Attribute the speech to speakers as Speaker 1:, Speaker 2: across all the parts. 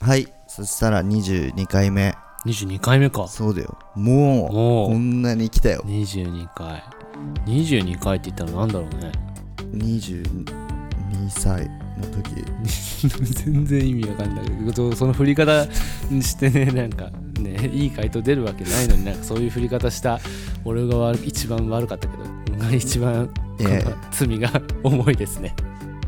Speaker 1: はいそしたら22回目
Speaker 2: 22回目か
Speaker 1: そうだよもう
Speaker 2: も
Speaker 1: こ
Speaker 2: うん
Speaker 1: なに来たよ
Speaker 2: 22回22回って言ったらなんだろうね
Speaker 1: 22歳の時
Speaker 2: 全然意味わかんないけどその振り方してね なんかねいい回答出るわけないのになんかそういう振り方した俺が悪一番悪かったけどが一番
Speaker 1: いやいや
Speaker 2: 罪が 重いですね、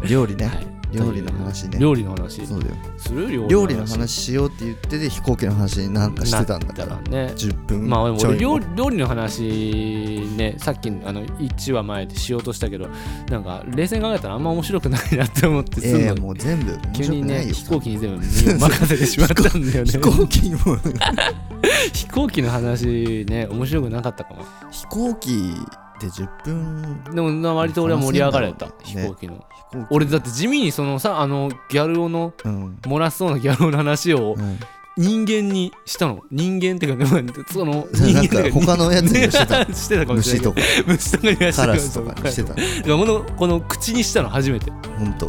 Speaker 1: 料理ね、
Speaker 2: はい
Speaker 1: 料理の話ね
Speaker 2: 料理の話
Speaker 1: そうだよ
Speaker 2: するよ
Speaker 1: 料理の話しようって言ってて飛行機の話になんかしてたんだから
Speaker 2: なったらね
Speaker 1: 10分
Speaker 2: まあ俺
Speaker 1: ちょい
Speaker 2: 料理料理の話ねさっきあの1話前でしようとしたけどなんか冷静に考えたらあんま面白くないなって思って
Speaker 1: い
Speaker 2: す
Speaker 1: や
Speaker 2: ん
Speaker 1: い
Speaker 2: の
Speaker 1: やもう全部面
Speaker 2: 急
Speaker 1: 白
Speaker 2: に
Speaker 1: くな
Speaker 2: ね
Speaker 1: いよ
Speaker 2: 飛行機に全部身を任せてしまったんだよね
Speaker 1: 飛 行機にも
Speaker 2: 飛行機の話ね面白くなかったかも
Speaker 1: 飛行機で10分
Speaker 2: でもな割と俺は盛り上がれた、
Speaker 1: ね
Speaker 2: 飛行機の
Speaker 1: 飛行機
Speaker 2: 俺だって地味にそのさあのギャル男の
Speaker 1: うん
Speaker 2: 漏らしそうなギャル男の話を
Speaker 1: うん
Speaker 2: 人間にしたの人間っていうか ねまあその人
Speaker 1: な
Speaker 2: 間
Speaker 1: んか他のやつにも してた
Speaker 2: してたかもしれ
Speaker 1: 虫
Speaker 2: ない
Speaker 1: とか
Speaker 2: けど虫とかにはしてた
Speaker 1: カ
Speaker 2: かも
Speaker 1: ラ
Speaker 2: し
Speaker 1: スと
Speaker 2: れない
Speaker 1: かにしてた
Speaker 2: だからこのこの口にしたの初めて
Speaker 1: ほんと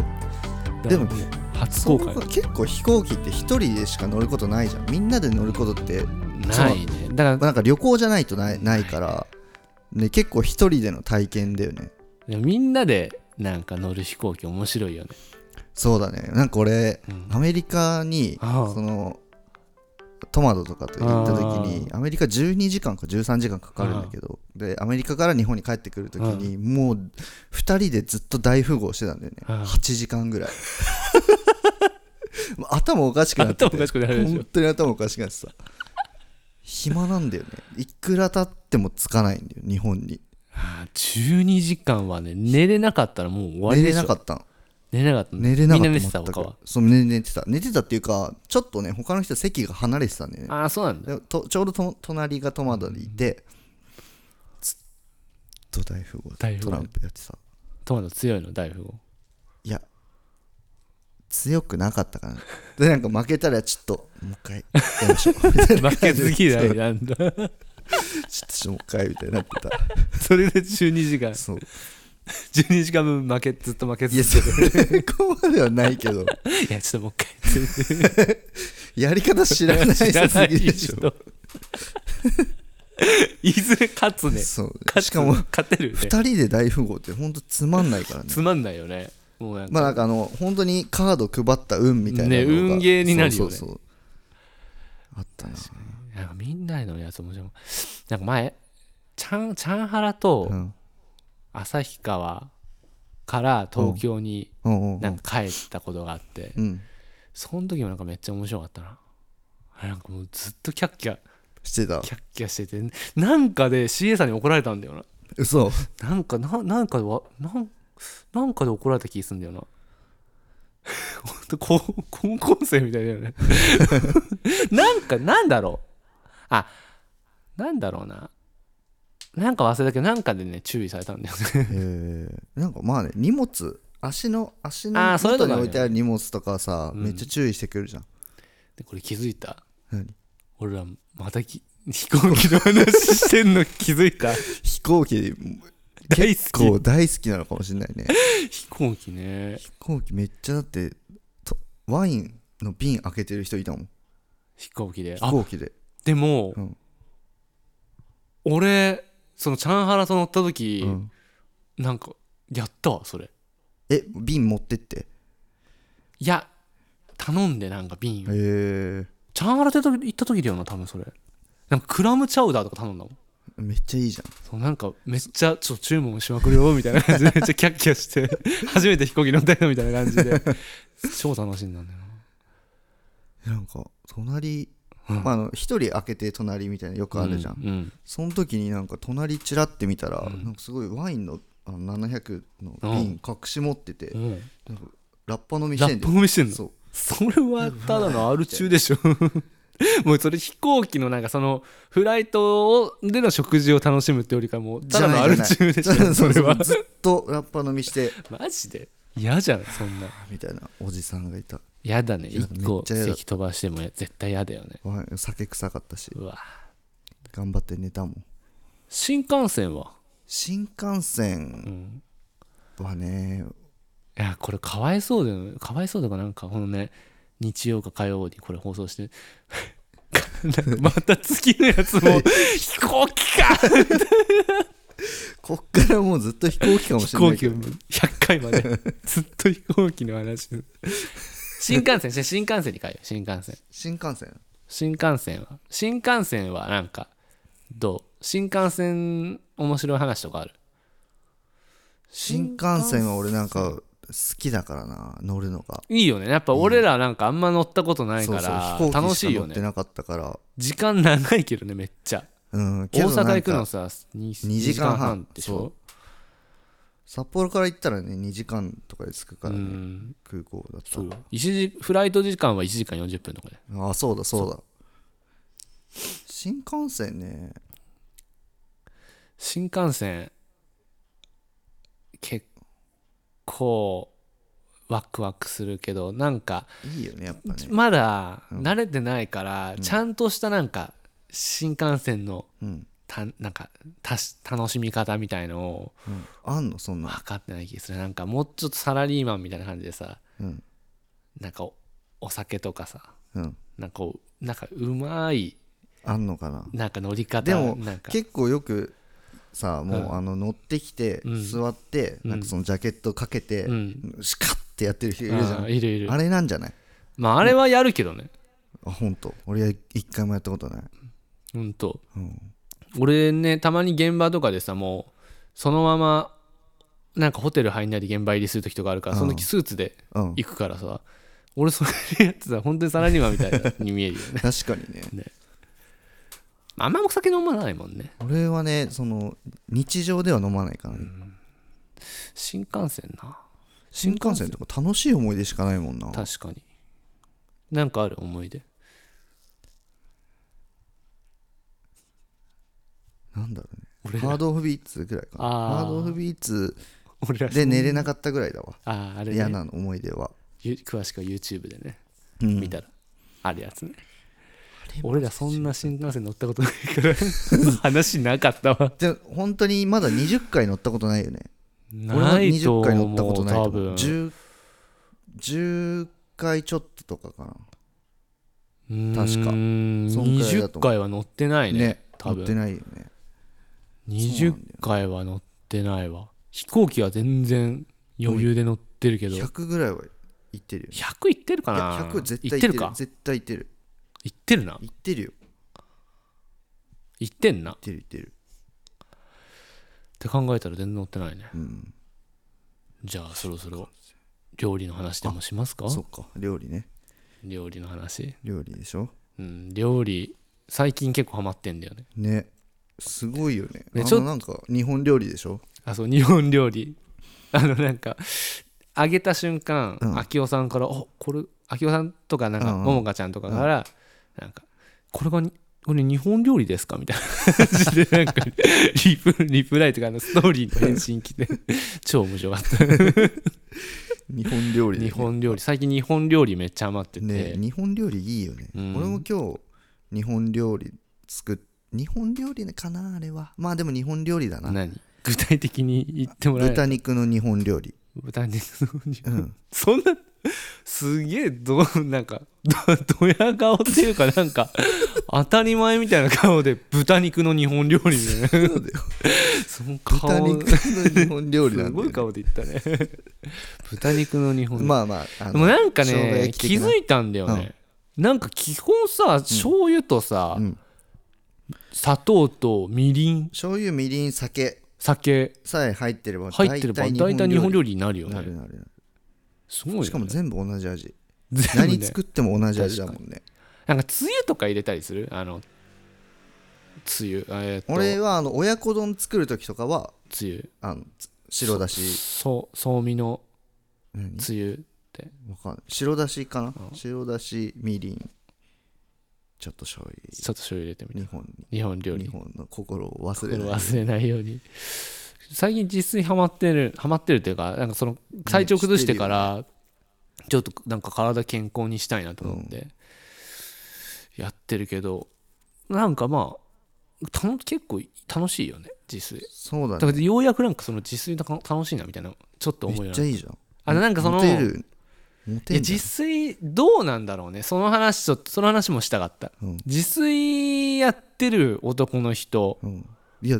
Speaker 1: でも
Speaker 2: だからう初公開
Speaker 1: そう結構飛行機って一人でしか乗ることないじゃんみんなで乗ることって
Speaker 2: ないねだか
Speaker 1: なんか旅行じゃないとないないから、ね、結構一人での体験だよね
Speaker 2: らみんなでなんか乗る飛行機面白いよね、
Speaker 1: そうだねなんか俺
Speaker 2: うん
Speaker 1: アメリカに
Speaker 2: ああ
Speaker 1: そのトマトとかと行った時にアメリカ12時間か13時間かかるんだけどでアメリカから日本に帰ってくる時にもう2人でずっと大富豪してたんだよね
Speaker 2: ああ
Speaker 1: 8時間 ぐらいもう頭おかしくなって
Speaker 2: 頭おかしくなるでしょ
Speaker 1: 本当に頭おかしくなってさ暇なんだよねいくら経ってもつかないんだよ日本に
Speaker 2: ああ12時間はね寝れなかったらもう終わり
Speaker 1: 寝れ
Speaker 2: でし
Speaker 1: な
Speaker 2: ょ
Speaker 1: かったの
Speaker 2: 寝れなかったの
Speaker 1: 寝れなかった
Speaker 2: みんな寝てた他
Speaker 1: 全
Speaker 2: は
Speaker 1: くそう寝寝てた寝てたっていうかちょっとね他の人席が離れてたんだよね
Speaker 2: ああそうなんだ
Speaker 1: でとちょうどと隣がトマトでいてずっと大富豪
Speaker 2: 大富
Speaker 1: ト
Speaker 2: 豪
Speaker 1: ランプやってた
Speaker 2: トマト強いの大富豪
Speaker 1: いや強くなかったかなでなんか負けたらちょっともう一回やりましょうみたいな
Speaker 2: 負けず嫌
Speaker 1: そう
Speaker 2: いなん だ
Speaker 1: ちょっともう一回みたいになって
Speaker 2: それで12時間
Speaker 1: たそう
Speaker 2: 12時間分負けずっと負け
Speaker 1: いや
Speaker 2: ず
Speaker 1: それここまではないけど
Speaker 2: いやちょっともう
Speaker 1: やり方知らない
Speaker 2: 一回知ら
Speaker 1: 人
Speaker 2: な
Speaker 1: す
Speaker 2: い
Speaker 1: ぎでしょ
Speaker 2: 人いずれ勝つね
Speaker 1: そう
Speaker 2: 勝
Speaker 1: し
Speaker 2: つ
Speaker 1: かも
Speaker 2: 勝てるよね
Speaker 1: 2人で大富豪ってほんとつまんないからね
Speaker 2: つまんないよねもうなんか
Speaker 1: まあなんかあの本当にカード配った運みたいなのが
Speaker 2: ね運ゲーになるよね
Speaker 1: そうそうそうあったな
Speaker 2: なんかみんなのやつ面白いなんか前チャンチャンハラと
Speaker 1: うん
Speaker 2: 旭川から東京に
Speaker 1: うんうん
Speaker 2: なんか帰ったことがあって、
Speaker 1: うん
Speaker 2: その時もなんかめっちゃ面白かったなあれなんかもうずっとキャッキャ
Speaker 1: してた
Speaker 2: キャッキャしててなんかで CA さんに怒られたんだよな
Speaker 1: 嘘
Speaker 2: なんかななんかでわなんなんかで怒られた気すんだよな ほんと高高校生みたいだよね なんかなんだろうあなんだろうななんか忘れたけどなんかでね注意されたんだよね
Speaker 1: えーなんかまあね荷物足の足の
Speaker 2: あーそういう
Speaker 1: 元
Speaker 2: の
Speaker 1: に
Speaker 2: があ
Speaker 1: 置
Speaker 2: るよね
Speaker 1: いてある荷物とかさ
Speaker 2: うん
Speaker 1: めっちゃ注意してくるじゃん
Speaker 2: でこれ気づいた
Speaker 1: 何
Speaker 2: 俺らまたき飛行機の話してんの気づいた
Speaker 1: 飛行機
Speaker 2: 大好き
Speaker 1: こう大好きなのかもしれない ね
Speaker 2: 飛行機ね
Speaker 1: 飛行機めっちゃだってとワインの瓶開けてる人いたもん
Speaker 2: 飛行機で
Speaker 1: 飛
Speaker 2: あ
Speaker 1: 行機で
Speaker 2: でも、
Speaker 1: うん
Speaker 2: 俺そのチャンハラと乗った時、
Speaker 1: うん
Speaker 2: なんかやったわそれ
Speaker 1: え瓶持ってって
Speaker 2: いや頼んでなんか瓶を、
Speaker 1: へえ
Speaker 2: チャンハラって時行った時だよな多分それなんかクラムチャウダーとか頼んだもん
Speaker 1: めっちゃいいじゃん
Speaker 2: そうなんかめっちゃちょっと注文しまくるよみたいな感じ でめっちゃキャッキャして初めて飛行機乗ったよみたいな感じで超楽しんだんだよな
Speaker 1: なんか隣、
Speaker 2: うん
Speaker 1: まあ、あの一人開けて隣みたいなのよくあるじゃん、
Speaker 2: うん、うん
Speaker 1: その時になんか隣チラって見たら、
Speaker 2: うん
Speaker 1: なんかすごいワインのあの700の
Speaker 2: うん
Speaker 1: 瓶隠し持ってて、
Speaker 2: うん
Speaker 1: なんかラッパ飲みし
Speaker 2: ラ
Speaker 1: てん
Speaker 2: ッ
Speaker 1: だ
Speaker 2: プ
Speaker 1: よ
Speaker 2: も見してんの
Speaker 1: そう
Speaker 2: それはただの R 中でしょもうそれ飛行機のなんかそのフライトをでの食事を楽しむってよりかもうただの R 中でし
Speaker 1: じゃな
Speaker 2: ょ
Speaker 1: いじゃ
Speaker 2: そ
Speaker 1: ない
Speaker 2: れは
Speaker 1: ずっとラッパ飲みして
Speaker 2: マジで嫌じゃんそんな
Speaker 1: みたいなおじさんがいた
Speaker 2: 嫌だね
Speaker 1: 嫌だ
Speaker 2: 一個
Speaker 1: めっちゃ嫌だ
Speaker 2: 席飛ばしても絶対嫌だよね
Speaker 1: ワイン酒臭かったし
Speaker 2: うわ
Speaker 1: 頑張って寝たもん
Speaker 2: 新幹線は
Speaker 1: 新幹
Speaker 2: う
Speaker 1: 線
Speaker 2: ん
Speaker 1: はね
Speaker 2: いやこれかわいそうだよねかわいそうだかなんかこのね日曜か火曜にこれ放送してまた次のやつも飛行機か
Speaker 1: こっからもうずっと飛行機かもし
Speaker 2: 飛
Speaker 1: れな
Speaker 2: 行
Speaker 1: い
Speaker 2: 機
Speaker 1: けど
Speaker 2: を100 回までずっと飛行機の話新幹線し新幹線に変えよう新幹線
Speaker 1: 新幹線
Speaker 2: 新幹線は新幹線はなんかどう新幹線面白い話とかある
Speaker 1: 新幹線は俺なんか好きだからな乗るのが
Speaker 2: いいよねやっぱ俺らなんかあんま乗ったことない
Speaker 1: そう
Speaker 2: か
Speaker 1: そう
Speaker 2: ら
Speaker 1: 飛行
Speaker 2: 楽
Speaker 1: 機し
Speaker 2: しい
Speaker 1: か乗
Speaker 2: よ
Speaker 1: って
Speaker 2: ね
Speaker 1: なかったから
Speaker 2: 時間長いけどねめっちゃ
Speaker 1: うんけ
Speaker 2: 大
Speaker 1: どなんか
Speaker 2: 阪行くのさ2
Speaker 1: 二時間半
Speaker 2: でしょ
Speaker 1: 札幌から行ったらね2時間とかで着く
Speaker 2: う
Speaker 1: からね
Speaker 2: ん
Speaker 1: 空港だった
Speaker 2: そう一時フライト時間は1時間40分とかね
Speaker 1: らあそうだそうだ新幹線ね
Speaker 2: 新幹線結構ワクワクするけどなんか
Speaker 1: いいよねやっぱね
Speaker 2: まだ慣れてないから、ちゃんとしたなんか新幹線の
Speaker 1: うん
Speaker 2: たなんかたし楽しみ方みたいのを
Speaker 1: うんあんのそんな
Speaker 2: 分かってない気がするなんかもうちょっとサラリーマンみたいな感じでさ
Speaker 1: うん
Speaker 2: なんかおお酒とかさ
Speaker 1: うん
Speaker 2: なんかこうなんかうまい
Speaker 1: あんのかな
Speaker 2: なんか乗り方
Speaker 1: でも
Speaker 2: なんか
Speaker 1: 結構よくさもうあの乗ってきて
Speaker 2: うん
Speaker 1: 座って
Speaker 2: うん
Speaker 1: なんかそのジャケットかけて
Speaker 2: うん
Speaker 1: シカッてやってる人いるじゃ
Speaker 2: あー
Speaker 1: ん
Speaker 2: いるいる
Speaker 1: あれなんじゃない
Speaker 2: まああれはやるけどね
Speaker 1: あ本当俺は一回もやったことない
Speaker 2: ほんと
Speaker 1: うん
Speaker 2: 俺ねたまに現場とかでさもうそのままなんかホテル入んないで現場入りする時とかあるから、
Speaker 1: うん
Speaker 2: その時スーツで
Speaker 1: うん
Speaker 2: 行くからさ俺それやってたら本当にサラリーマンみたいなに見えるよ ね
Speaker 1: 確かにね
Speaker 2: あんまお酒飲まないもんね
Speaker 1: 俺はねその日常では飲まないからね
Speaker 2: 新幹線な
Speaker 1: 新幹線とか楽しい思い出しかないもんな
Speaker 2: 確かになんかある思い出
Speaker 1: なんだろう
Speaker 2: 俺
Speaker 1: ねハードオフビーツぐらいかな
Speaker 2: あー
Speaker 1: ハードオフビーツ
Speaker 2: 俺ら
Speaker 1: で寝れなかったぐらいだわ
Speaker 2: あああれ、ね、
Speaker 1: 嫌な思い出は
Speaker 2: ゆ詳しくは YouTube でね
Speaker 1: うん
Speaker 2: 見たら、あるやつね俺らそんな新幹線乗ったことないから 話なかったわ
Speaker 1: で本当にまだ20回乗ったことないよね俺も
Speaker 2: ないと
Speaker 1: 20回
Speaker 2: 思
Speaker 1: 乗ったこ
Speaker 2: う
Speaker 1: とないと
Speaker 2: 多
Speaker 1: 思う
Speaker 2: 分
Speaker 1: 10, 10回ちょっととかか
Speaker 2: 確
Speaker 1: かそんくらいだと
Speaker 2: 20
Speaker 1: 思
Speaker 2: 回は乗ってな
Speaker 1: ない
Speaker 2: ね
Speaker 1: ね
Speaker 2: 多
Speaker 1: 乗って
Speaker 2: 分
Speaker 1: ないよね
Speaker 2: 20回は乗ってないわ飛行機は全然余裕で乗ってるけど100
Speaker 1: 100ぐらいは行ってるよね
Speaker 2: いってるか
Speaker 1: い
Speaker 2: な
Speaker 1: や100絶対行っ
Speaker 2: 行って
Speaker 1: て
Speaker 2: る
Speaker 1: る
Speaker 2: か
Speaker 1: 絶対行ってる
Speaker 2: 行ってるな
Speaker 1: 行ってるよ行
Speaker 2: 行ってんなっ
Speaker 1: ってる行ってる
Speaker 2: て考えたら全然乗ってないね
Speaker 1: うん
Speaker 2: じゃあそろそろ料理の話でもしますか
Speaker 1: そっか料理ね
Speaker 2: 料理の話
Speaker 1: 料理でしょ
Speaker 2: うん料理最近結構ハマってんだよね
Speaker 1: ねすごいよね
Speaker 2: ね
Speaker 1: あ
Speaker 2: ちょ
Speaker 1: のなんか日本料理でしょ
Speaker 2: あそう日本料理 あのなんか揚げた瞬間、
Speaker 1: うん
Speaker 2: 秋代さんから「おこれ秋代さんとかなんか
Speaker 1: うんうん
Speaker 2: ももかちゃんとかから、なんかこれがにこれ日本料理ですか?」みたいな 感じでなんかリプリプライとかあのストーリーの返信 来て超面白かった
Speaker 1: 日本料理で
Speaker 2: 日本料理最近日本料理めっちゃハマってて、
Speaker 1: ね日本料理いいよね、
Speaker 2: うん
Speaker 1: 俺も今日日本料理作っ日本料理かなあれはまあでも日本料理だな
Speaker 2: 何具体的に言ってもらえる
Speaker 1: 豚肉の日本料理
Speaker 2: 豚肉の
Speaker 1: うん
Speaker 2: そんなすげえどうなんかどドヤ顔っていうかなんか当たり前みたいな顔で豚肉の日本料理みたいなその顔
Speaker 1: 豚肉の日本料理な
Speaker 2: す
Speaker 1: んだ
Speaker 2: ご
Speaker 1: よ
Speaker 2: い
Speaker 1: ね
Speaker 2: 顔で言ったね豚肉の日本料理、
Speaker 1: まあまああ
Speaker 2: でもなんか
Speaker 1: 生姜
Speaker 2: ね
Speaker 1: 焼き
Speaker 2: 気
Speaker 1: 的な
Speaker 2: づいたんだよね、なんか基本さ醤油とさ、
Speaker 1: うん
Speaker 2: 砂糖とみりん
Speaker 1: 醤油みりん酒
Speaker 2: 酒
Speaker 1: さえ入ってれば
Speaker 2: 入ってれば大体日本料理になるよ
Speaker 1: なる
Speaker 2: ね
Speaker 1: なるな
Speaker 2: すごいよ
Speaker 1: る
Speaker 2: ね
Speaker 1: しかも全部同じ味
Speaker 2: 全部
Speaker 1: 何
Speaker 2: ね
Speaker 1: 作っても同じ味だもんね
Speaker 2: なんかつゆとか入れたりするあのつゆえー、っと
Speaker 1: 俺はあの親子丼作る時とかは
Speaker 2: つゆ
Speaker 1: あのつ白だし
Speaker 2: そうそうみの
Speaker 1: 何
Speaker 2: つゆ
Speaker 1: わかんない白だしかな白だしみりんちょっと醤
Speaker 2: ちょっと醤油入れて
Speaker 1: 油
Speaker 2: み
Speaker 1: 日本
Speaker 2: 日本料
Speaker 1: に
Speaker 2: 理
Speaker 1: 日
Speaker 2: こ
Speaker 1: 本の心を忘
Speaker 2: れ
Speaker 1: れない
Speaker 2: 忘れないように最近実炊ハマってるハマってるっていうかなんかその体調崩してから、ちょっとなんか体健康にしたいなと思って、やってるけどなんかまあたの結構楽しいよね自炊
Speaker 1: そうだ
Speaker 2: だか
Speaker 1: ね
Speaker 2: らようやくなんかその自炊の楽しいなみたいなちょっと思う
Speaker 1: め
Speaker 2: ようにな
Speaker 1: っ
Speaker 2: っ
Speaker 1: ち
Speaker 2: て
Speaker 1: ゃいいじゃん
Speaker 2: あなんかその
Speaker 1: モテるモテ
Speaker 2: いや
Speaker 1: んじゃん
Speaker 2: 自炊どうなんだろうねその話ちょっとその話もしたかった
Speaker 1: うん
Speaker 2: 自炊やってる男の人
Speaker 1: うん、いや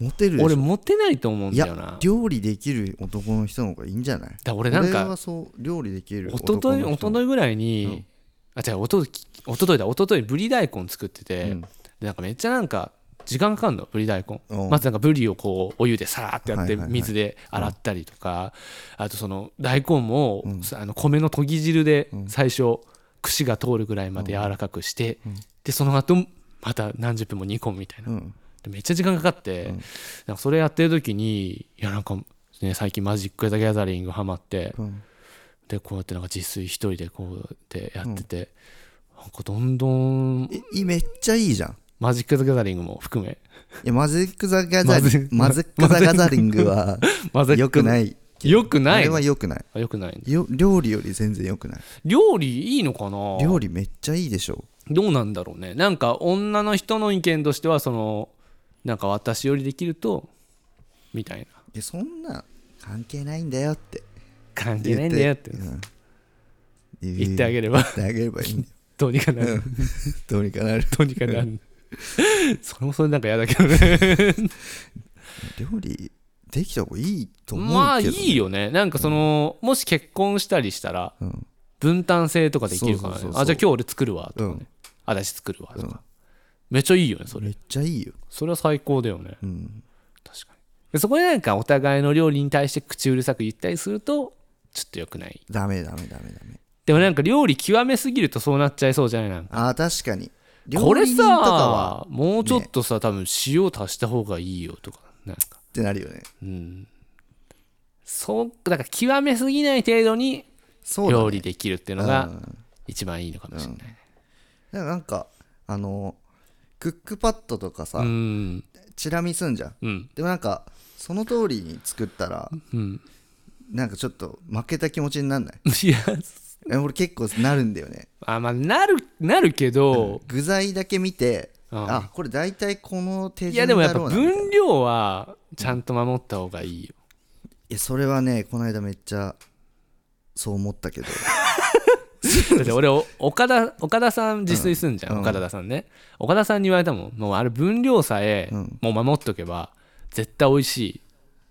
Speaker 1: モテるでしょ
Speaker 2: 俺モテないと思うんだよな
Speaker 1: 料理できる男の人の方がいいんじゃない
Speaker 2: だ俺なん
Speaker 1: 俺
Speaker 2: か
Speaker 1: はそう料理できる
Speaker 2: 一昨日
Speaker 1: の
Speaker 2: 一
Speaker 1: 人
Speaker 2: 昨日ぐらいに、あ違うおと一昨日だ一昨日ブリ大根作ってて、
Speaker 1: うん
Speaker 2: でなんかめっちゃなんか時間かかるのブリ大根、
Speaker 1: うん
Speaker 2: まずなんかブリをこうお湯でさーってやっ
Speaker 1: はい
Speaker 2: て
Speaker 1: はいはい
Speaker 2: 水で洗ったりとか、あとその大根も、
Speaker 1: うん
Speaker 2: あの米の研ぎ汁で
Speaker 1: うん
Speaker 2: 最初、串が通るぐらいまで柔らかくして、
Speaker 1: うん
Speaker 2: でその後また何十分も煮込むみたいな、
Speaker 1: うん
Speaker 2: でめっちゃ時間かかって、
Speaker 1: うん
Speaker 2: なんかそれやってる時にいやなんか、ね、最近マジック・ザ・ギャザリングハマって、
Speaker 1: うん
Speaker 2: でこうやってなんか自炊一人でこうやってやってて、なんかどんどん
Speaker 1: えいめっちゃいいじゃん
Speaker 2: マジック・ザ・ギャザリングも 含め
Speaker 1: いやマジック・ザ・ガザリングマジック・ザ・ガザリングは
Speaker 2: マジック
Speaker 1: 良くないい
Speaker 2: よくな
Speaker 1: あ
Speaker 2: い
Speaker 1: れは良くない
Speaker 2: あよくない
Speaker 1: よ料理より全然良くない
Speaker 2: 料理いいのかな
Speaker 1: 料理めっちゃいいでしょ
Speaker 2: どうなんだろうねなんか女の人の意見としてはそのなんか私よりできるとみたいない
Speaker 1: やそんな関係ないんだよって
Speaker 2: 関係ないんだよって
Speaker 1: うん
Speaker 2: 言ってあげれ
Speaker 1: 言
Speaker 2: ば
Speaker 1: ってあげればいいんだよ
Speaker 2: どうにかなる
Speaker 1: どうにかな る
Speaker 2: どうにかなるそれもそれなんか嫌だけどね
Speaker 1: 料理できた方がいいと思うけど
Speaker 2: まあいいよねなんかその、もし結婚したりしたら、
Speaker 1: うん
Speaker 2: 分担制とかできるから
Speaker 1: そうそう
Speaker 2: ね
Speaker 1: そうそう
Speaker 2: あじゃあ今日俺作るわとかね、
Speaker 1: うん
Speaker 2: あ私作るわとか、
Speaker 1: うん
Speaker 2: めっちゃいいよねそれ
Speaker 1: めっちゃいいよ
Speaker 2: それは最高だよね
Speaker 1: うん
Speaker 2: 確かにでそこでなんかお互いの料理に対して口うるさく言ったりするとちょっと良くない
Speaker 1: ダメダメダメダメ
Speaker 2: でもなんか料理極めすぎるとそうなっちゃいそうじゃないなんか
Speaker 1: あー確かに
Speaker 2: これ
Speaker 1: 料理人とかは
Speaker 2: さもうちょっとさ、多分塩足した方がいいよとかなんか
Speaker 1: ってなるよね
Speaker 2: うんそうだから極めすぎない程度に
Speaker 1: そうだね
Speaker 2: 料理できるっていうの
Speaker 1: う
Speaker 2: が
Speaker 1: ん
Speaker 2: 一番いいのかもしれない。
Speaker 1: だからなんかあのクックパッドとかさ、
Speaker 2: うん。
Speaker 1: チラ見すんじゃん
Speaker 2: うん。
Speaker 1: でもなんかその通りに作ったら
Speaker 2: うん。
Speaker 1: なんかちょっと負けた気持ちになんない
Speaker 2: いや、
Speaker 1: え俺結構なるんだよね
Speaker 2: あまあ、なる、なるけど、
Speaker 1: 具材だけ見て
Speaker 2: うん
Speaker 1: あこれ大体この手
Speaker 2: い
Speaker 1: 順だ
Speaker 2: や、でも
Speaker 1: ろう
Speaker 2: や
Speaker 1: な
Speaker 2: っぱ
Speaker 1: い
Speaker 2: 分量はちゃんと守った方がいいよ。
Speaker 1: やそれはねこの間めっちゃそう思った けど
Speaker 2: だって俺、お岡田、岡田さん自炊すんじゃん、
Speaker 1: うん
Speaker 2: 岡田さんね。岡田さんに言われたもん、もうあれ分量さえ
Speaker 1: うん、
Speaker 2: もう守っとけば、絶対美味しい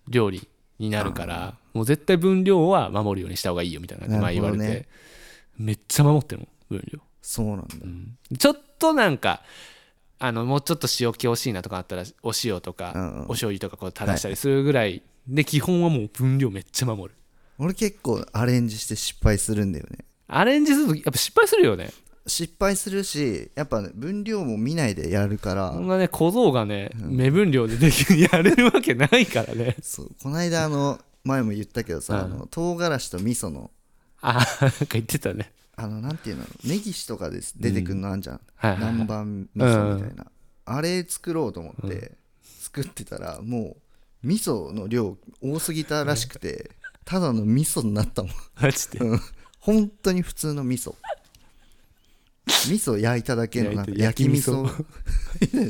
Speaker 2: 料理になるから、もう絶対分量は守るようにした方がいいよみたいな、
Speaker 1: な
Speaker 2: 前
Speaker 1: る
Speaker 2: 言
Speaker 1: ほ
Speaker 2: わ
Speaker 1: ど
Speaker 2: れ
Speaker 1: ね
Speaker 2: て。めっちゃ守ってるもん、分量。
Speaker 1: そうなんだ
Speaker 2: ちょっとなんかあのもうちょっと塩気欲しいなとかあったらお塩とか、
Speaker 1: うんうん
Speaker 2: お醤油とかこう垂らしたりするぐらい、で基本はもう分量めっちゃ守る
Speaker 1: 俺結構アレンジして失敗するんだよね
Speaker 2: アレンジするとやっぱ失敗するよね
Speaker 1: 失敗するしやっぱね分量も見ないでやるから、
Speaker 2: そんなね小僧がね、目分量でできるやれるわけないからね
Speaker 1: そうこないだあの前も言ったけどさ、
Speaker 2: うん
Speaker 1: あの唐辛子と味噌の
Speaker 2: あなんか言ってたね
Speaker 1: あのなんていうのネギシとかです出てくるのあんじゃん、
Speaker 2: はいはいはい
Speaker 1: 南蛮味噌みたいな、あれ作ろうと思って、作ってたらもう味噌の量多すぎたらしくてただの味噌になったもん
Speaker 2: マジで
Speaker 1: うん本当に普通の味噌味噌焼いただけのなんか
Speaker 2: 焼
Speaker 1: 焼
Speaker 2: い
Speaker 1: き
Speaker 2: て
Speaker 1: 味噌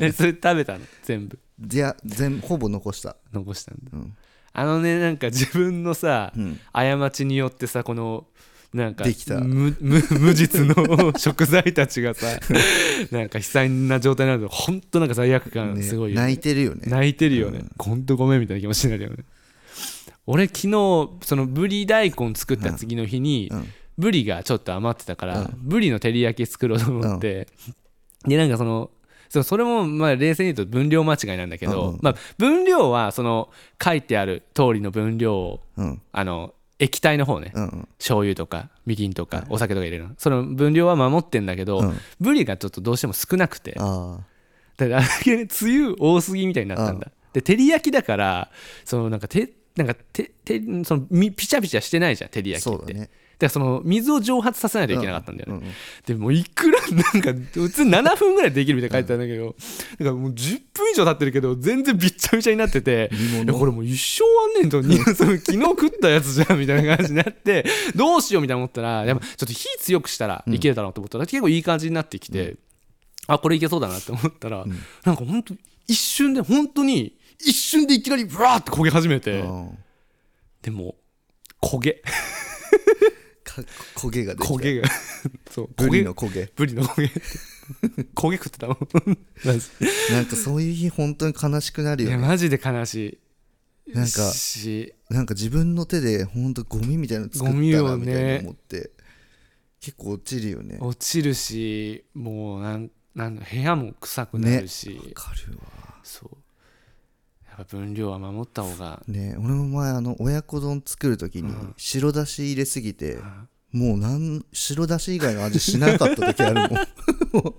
Speaker 2: えそれ食べたの全部
Speaker 1: いや全ほぼ残した、
Speaker 2: 残したんだ
Speaker 1: うん
Speaker 2: あのねなんか自分のさ、
Speaker 1: うん
Speaker 2: 過ちによってさこのなんか
Speaker 1: できた
Speaker 2: 無無無実 の食材たちが さなんか悲惨な状態になるとほんとなんか罪悪感
Speaker 1: ね
Speaker 2: すごいよ、
Speaker 1: 泣いてるよね
Speaker 2: 泣いてるよね、ほんとごめんみたいな気持ちになるよね俺昨日そのブリ大根作った次の日に、
Speaker 1: うん
Speaker 2: ブリがちょっと余ってたから、
Speaker 1: うん
Speaker 2: ブリの照り焼き作ろうと思って、でなんかそのそうそれもまあ冷静に言うと分量間違いなんだけど、
Speaker 1: うんうん
Speaker 2: まあ、分量はその書いてある通りの分量を
Speaker 1: うん
Speaker 2: あの液体の方ね、
Speaker 1: うんうん
Speaker 2: 醤油とかみりんとかお酒とか入れるのその分量は守ってんだけど、
Speaker 1: うん
Speaker 2: ブリがちょっとどうしても少なくて
Speaker 1: ああ
Speaker 2: だからあれねつゆ多すぎみたいになったんだ、で照り焼きだからそのなんかてなんかててそのみピチャピチャしてないじゃん照り焼き
Speaker 1: そ
Speaker 2: っ
Speaker 1: うだ
Speaker 2: て
Speaker 1: ね
Speaker 2: だからその水を蒸発させないといけなかったんだよね、
Speaker 1: うんうん
Speaker 2: でもういくらなんか普通7分ぐらいできるみたいな書いてたんだけど、なんかもう10分以上経ってるけど全然びっちゃびちゃになって ていやこれもう一生あんねんと その昨日食ったやつじゃんみたいな感じになってどうしようみたいな思ったらやっぱちょっと火強くしたらいけるだろうと思ったら、結構いい感じになってきて、あこれいけそうだなって思ったら、なんか本当一瞬で本当に一瞬でいきなりブワーって焦げ始めて、
Speaker 1: うん
Speaker 2: でも焦げ
Speaker 1: か焦げが出て
Speaker 2: 焦
Speaker 1: きた
Speaker 2: げが そう
Speaker 1: ブ
Speaker 2: 焦
Speaker 1: リ
Speaker 2: げ
Speaker 1: の焦げ
Speaker 2: ブリの焦げ焦げ食ってたもん
Speaker 1: なんかそういう日本当に悲しくないるよ
Speaker 2: や
Speaker 1: ね
Speaker 2: マジで悲しい
Speaker 1: なんか
Speaker 2: し
Speaker 1: なんか自分の手で本当ゴミみたいなの作
Speaker 2: ゴミ
Speaker 1: ったな
Speaker 2: よ
Speaker 1: み
Speaker 2: ね
Speaker 1: たいな思って結構落ちるよねわ
Speaker 2: 落ちるしもうなんなんだ部屋も臭くなるし、
Speaker 1: かるわ
Speaker 2: そうやっぱ分量は守った方が
Speaker 1: ね俺も前あの親子丼作る時に
Speaker 2: うん
Speaker 1: 白だし入れすぎてもうなん白だし以外の味しなかった時あるもん もう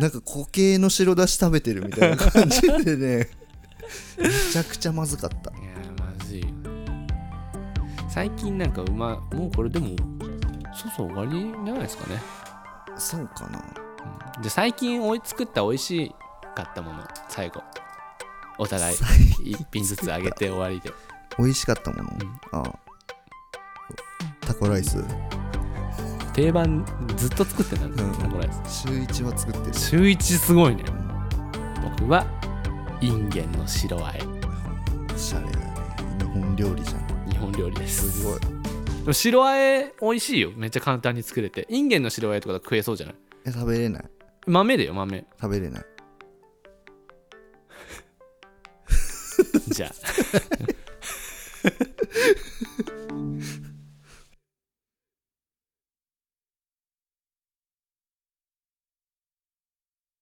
Speaker 1: なんか固形の白だし食べてるみたいな感じでねめちゃくちゃまずかった
Speaker 2: いやーまずいよ最近なんかうまもうこれでもそうそう終わりじゃないですかね、
Speaker 1: そうかな
Speaker 2: うん、で最近おい作った美味しかったもの最後お互い一品ずつあげて終わりで
Speaker 1: 美味しかったもの、
Speaker 2: ん
Speaker 1: ああタコライス
Speaker 2: 定番ずっと作ってたんですよ、
Speaker 1: うん
Speaker 2: これ
Speaker 1: 週1は作ってる
Speaker 2: 週一すごいね僕はインゲンの白和え
Speaker 1: おしゃれだね日本料理じゃん
Speaker 2: 日本料理です
Speaker 1: すごいい
Speaker 2: でも白あえ美味しいよめっちゃ簡単に作れてインゲンの白あえとかだと食えそうじゃない
Speaker 1: や食べれない
Speaker 2: 豆だ よ豆
Speaker 1: 食べれない
Speaker 2: じゃあ